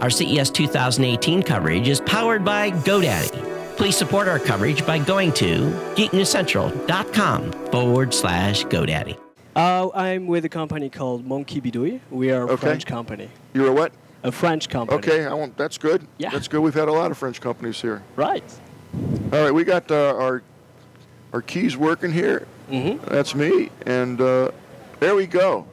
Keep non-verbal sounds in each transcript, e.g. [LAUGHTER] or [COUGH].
Our E CES 2018 coverage is powered by GoDaddy. Please support our coverage by going to geeknewscentral.com forward slash GoDaddy. Uh, I'm with a company called Monkey Bidouille. We are a Okay. French company. You're a what? A French company. Okay, I want. That's good. Yeah. That's good. We've had a lot of French companies here. Right. All right, we got uh, our our keys working here. hmm That's me, and uh, there we go.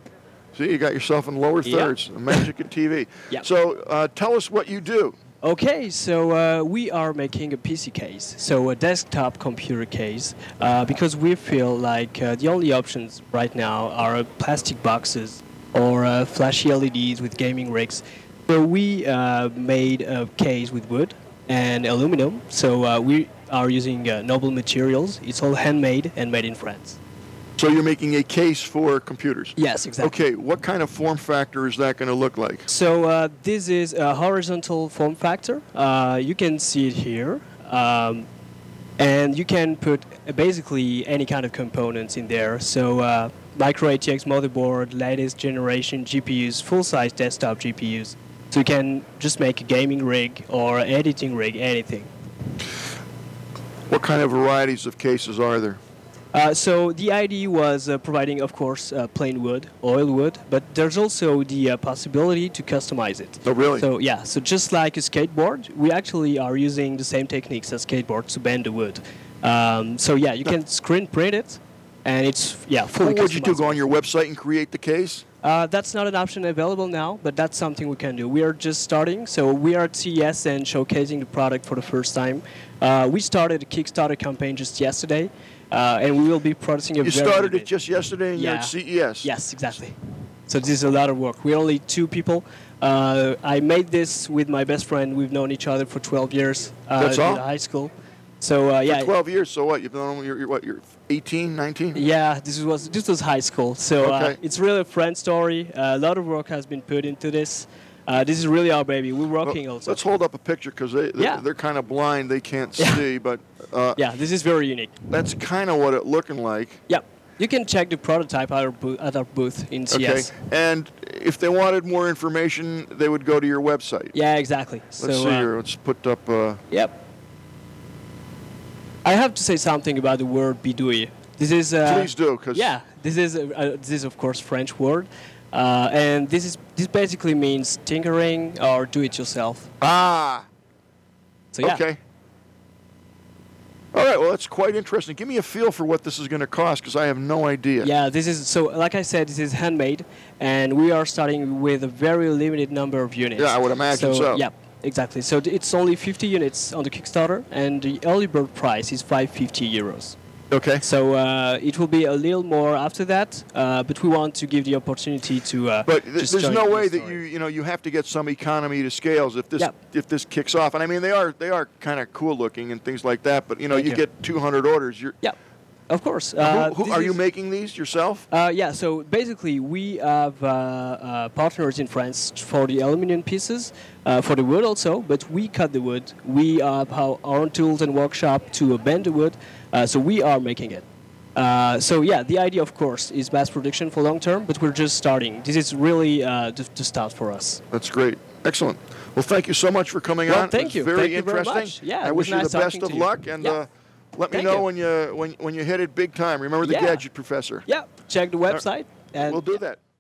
See, you got yourself in lower Yeah. thirds. Magic and TV. [LAUGHS] Yeah. So uh, tell us what you do. Okay, so uh, we are making a PC case, so a desktop computer case, uh, because we feel like uh, the only options right now are plastic boxes or uh, flashy LEDs with gaming rigs. So we uh, made a case with wood and aluminum, so uh, we are using uh, noble materials. It's all handmade and made in France. So you're making a case for computers. Yes, exactly. Okay, what kind of form factor is that going to look like? So uh, this is a horizontal form factor. Uh, you can see it here. Um, and you can put basically any kind of components in there. So uh, micro ATX motherboard, latest generation GPUs, full-size desktop GPUs. So you can just make a gaming rig or editing rig, anything. What kind of varieties of cases are there? Uh, so the idea was uh, providing, of course, uh, plain wood, oil wood, but there's also the uh, possibility to customize it. Oh, really? So yeah, so just like a skateboard, we actually are using the same techniques as skateboard to bend the wood. Um, so yeah, you can screen print it, and it's yeah fully what would you do? customizable. Go on your website and create the case? Uh, that's not an option available now, but that's something we can do. We are just starting, so we are at CES and showcasing the product for the first time. Uh, we started a Kickstarter campaign just yesterday, uh, and we will be producing a You very started it limited- just yesterday, and Yeah. you're at CES. Yes, exactly. So this is a lot of work. We're only two people. Uh, I made this with my best friend. We've known each other for 12 years. Uh, That's all? in High school. So uh, yeah, 12 years, so what? You've been, you're, you're what, you're 18, 19? yeah. This was this was high school. So uh, Okay. it's really a friend story. Uh, a lot of work has been put into this. Uh, this is really our baby. We're Well, working also. Let's hold up a picture because they, they're, Yeah. they're kind of blind. They can't Yeah. see, but uh, Yeah, this is very unique. that's kind of what it looking like. Yeah, you can check the prototype at our, boo- at our booth in Okay. CS. And if they wanted more information, they would go to your website. Yeah, exactly. Let's so, see uh, here. Let's put up. Uh, Yep. I have to say something about the word bidouille. This is uh, please do, because yeah. This is uh, uh, this is of course French word, uh, and this is this basically means tinkering or do it yourself. ah, So yeah. okay. All right. Well, that's quite interesting. Give me a feel for what this is going to cost, because I have no idea. Yeah, this is so. Like I said, this is handmade, and we are starting with a very limited number of units. Yeah, I would imagine so. Yeah, exactly. So th- it's only 50 units on the Kickstarter, and the early bird price is 550 euros. Okay. So uh, it will be a little more after that, uh, but we want to give the opportunity to. Uh, But th- just there's join no the way that story. you you know you have to get some economy to scales if this Yep. if this kicks off. And I mean they are they are kind of cool looking and things like that. But you know Thank you, you. get 200 orders. You're Yeah, of course. Now, Uh, who, who, this are you is- making these yourself? Uh, yeah, so basically, we have uh, uh, partners in France for the aluminium pieces, uh, for the wood also, but we cut the wood. We have our own tools and workshop to bend the wood, uh, so we are making it. Uh, so yeah, the idea, of course, is mass production for long term, but we're just starting. This is really uh, the, the start for us. That's great. Excellent. Well, thank you so much for coming Well, on. thank It's you. Very Thank you very interesting. much. Yeah, I it was wish you nice the best talking of to you. luck and Yeah. uh, let me Thank know you. when you when when you hit it big time. Remember the Yeah. gadget professor. Yeah, check the website. And We'll do that.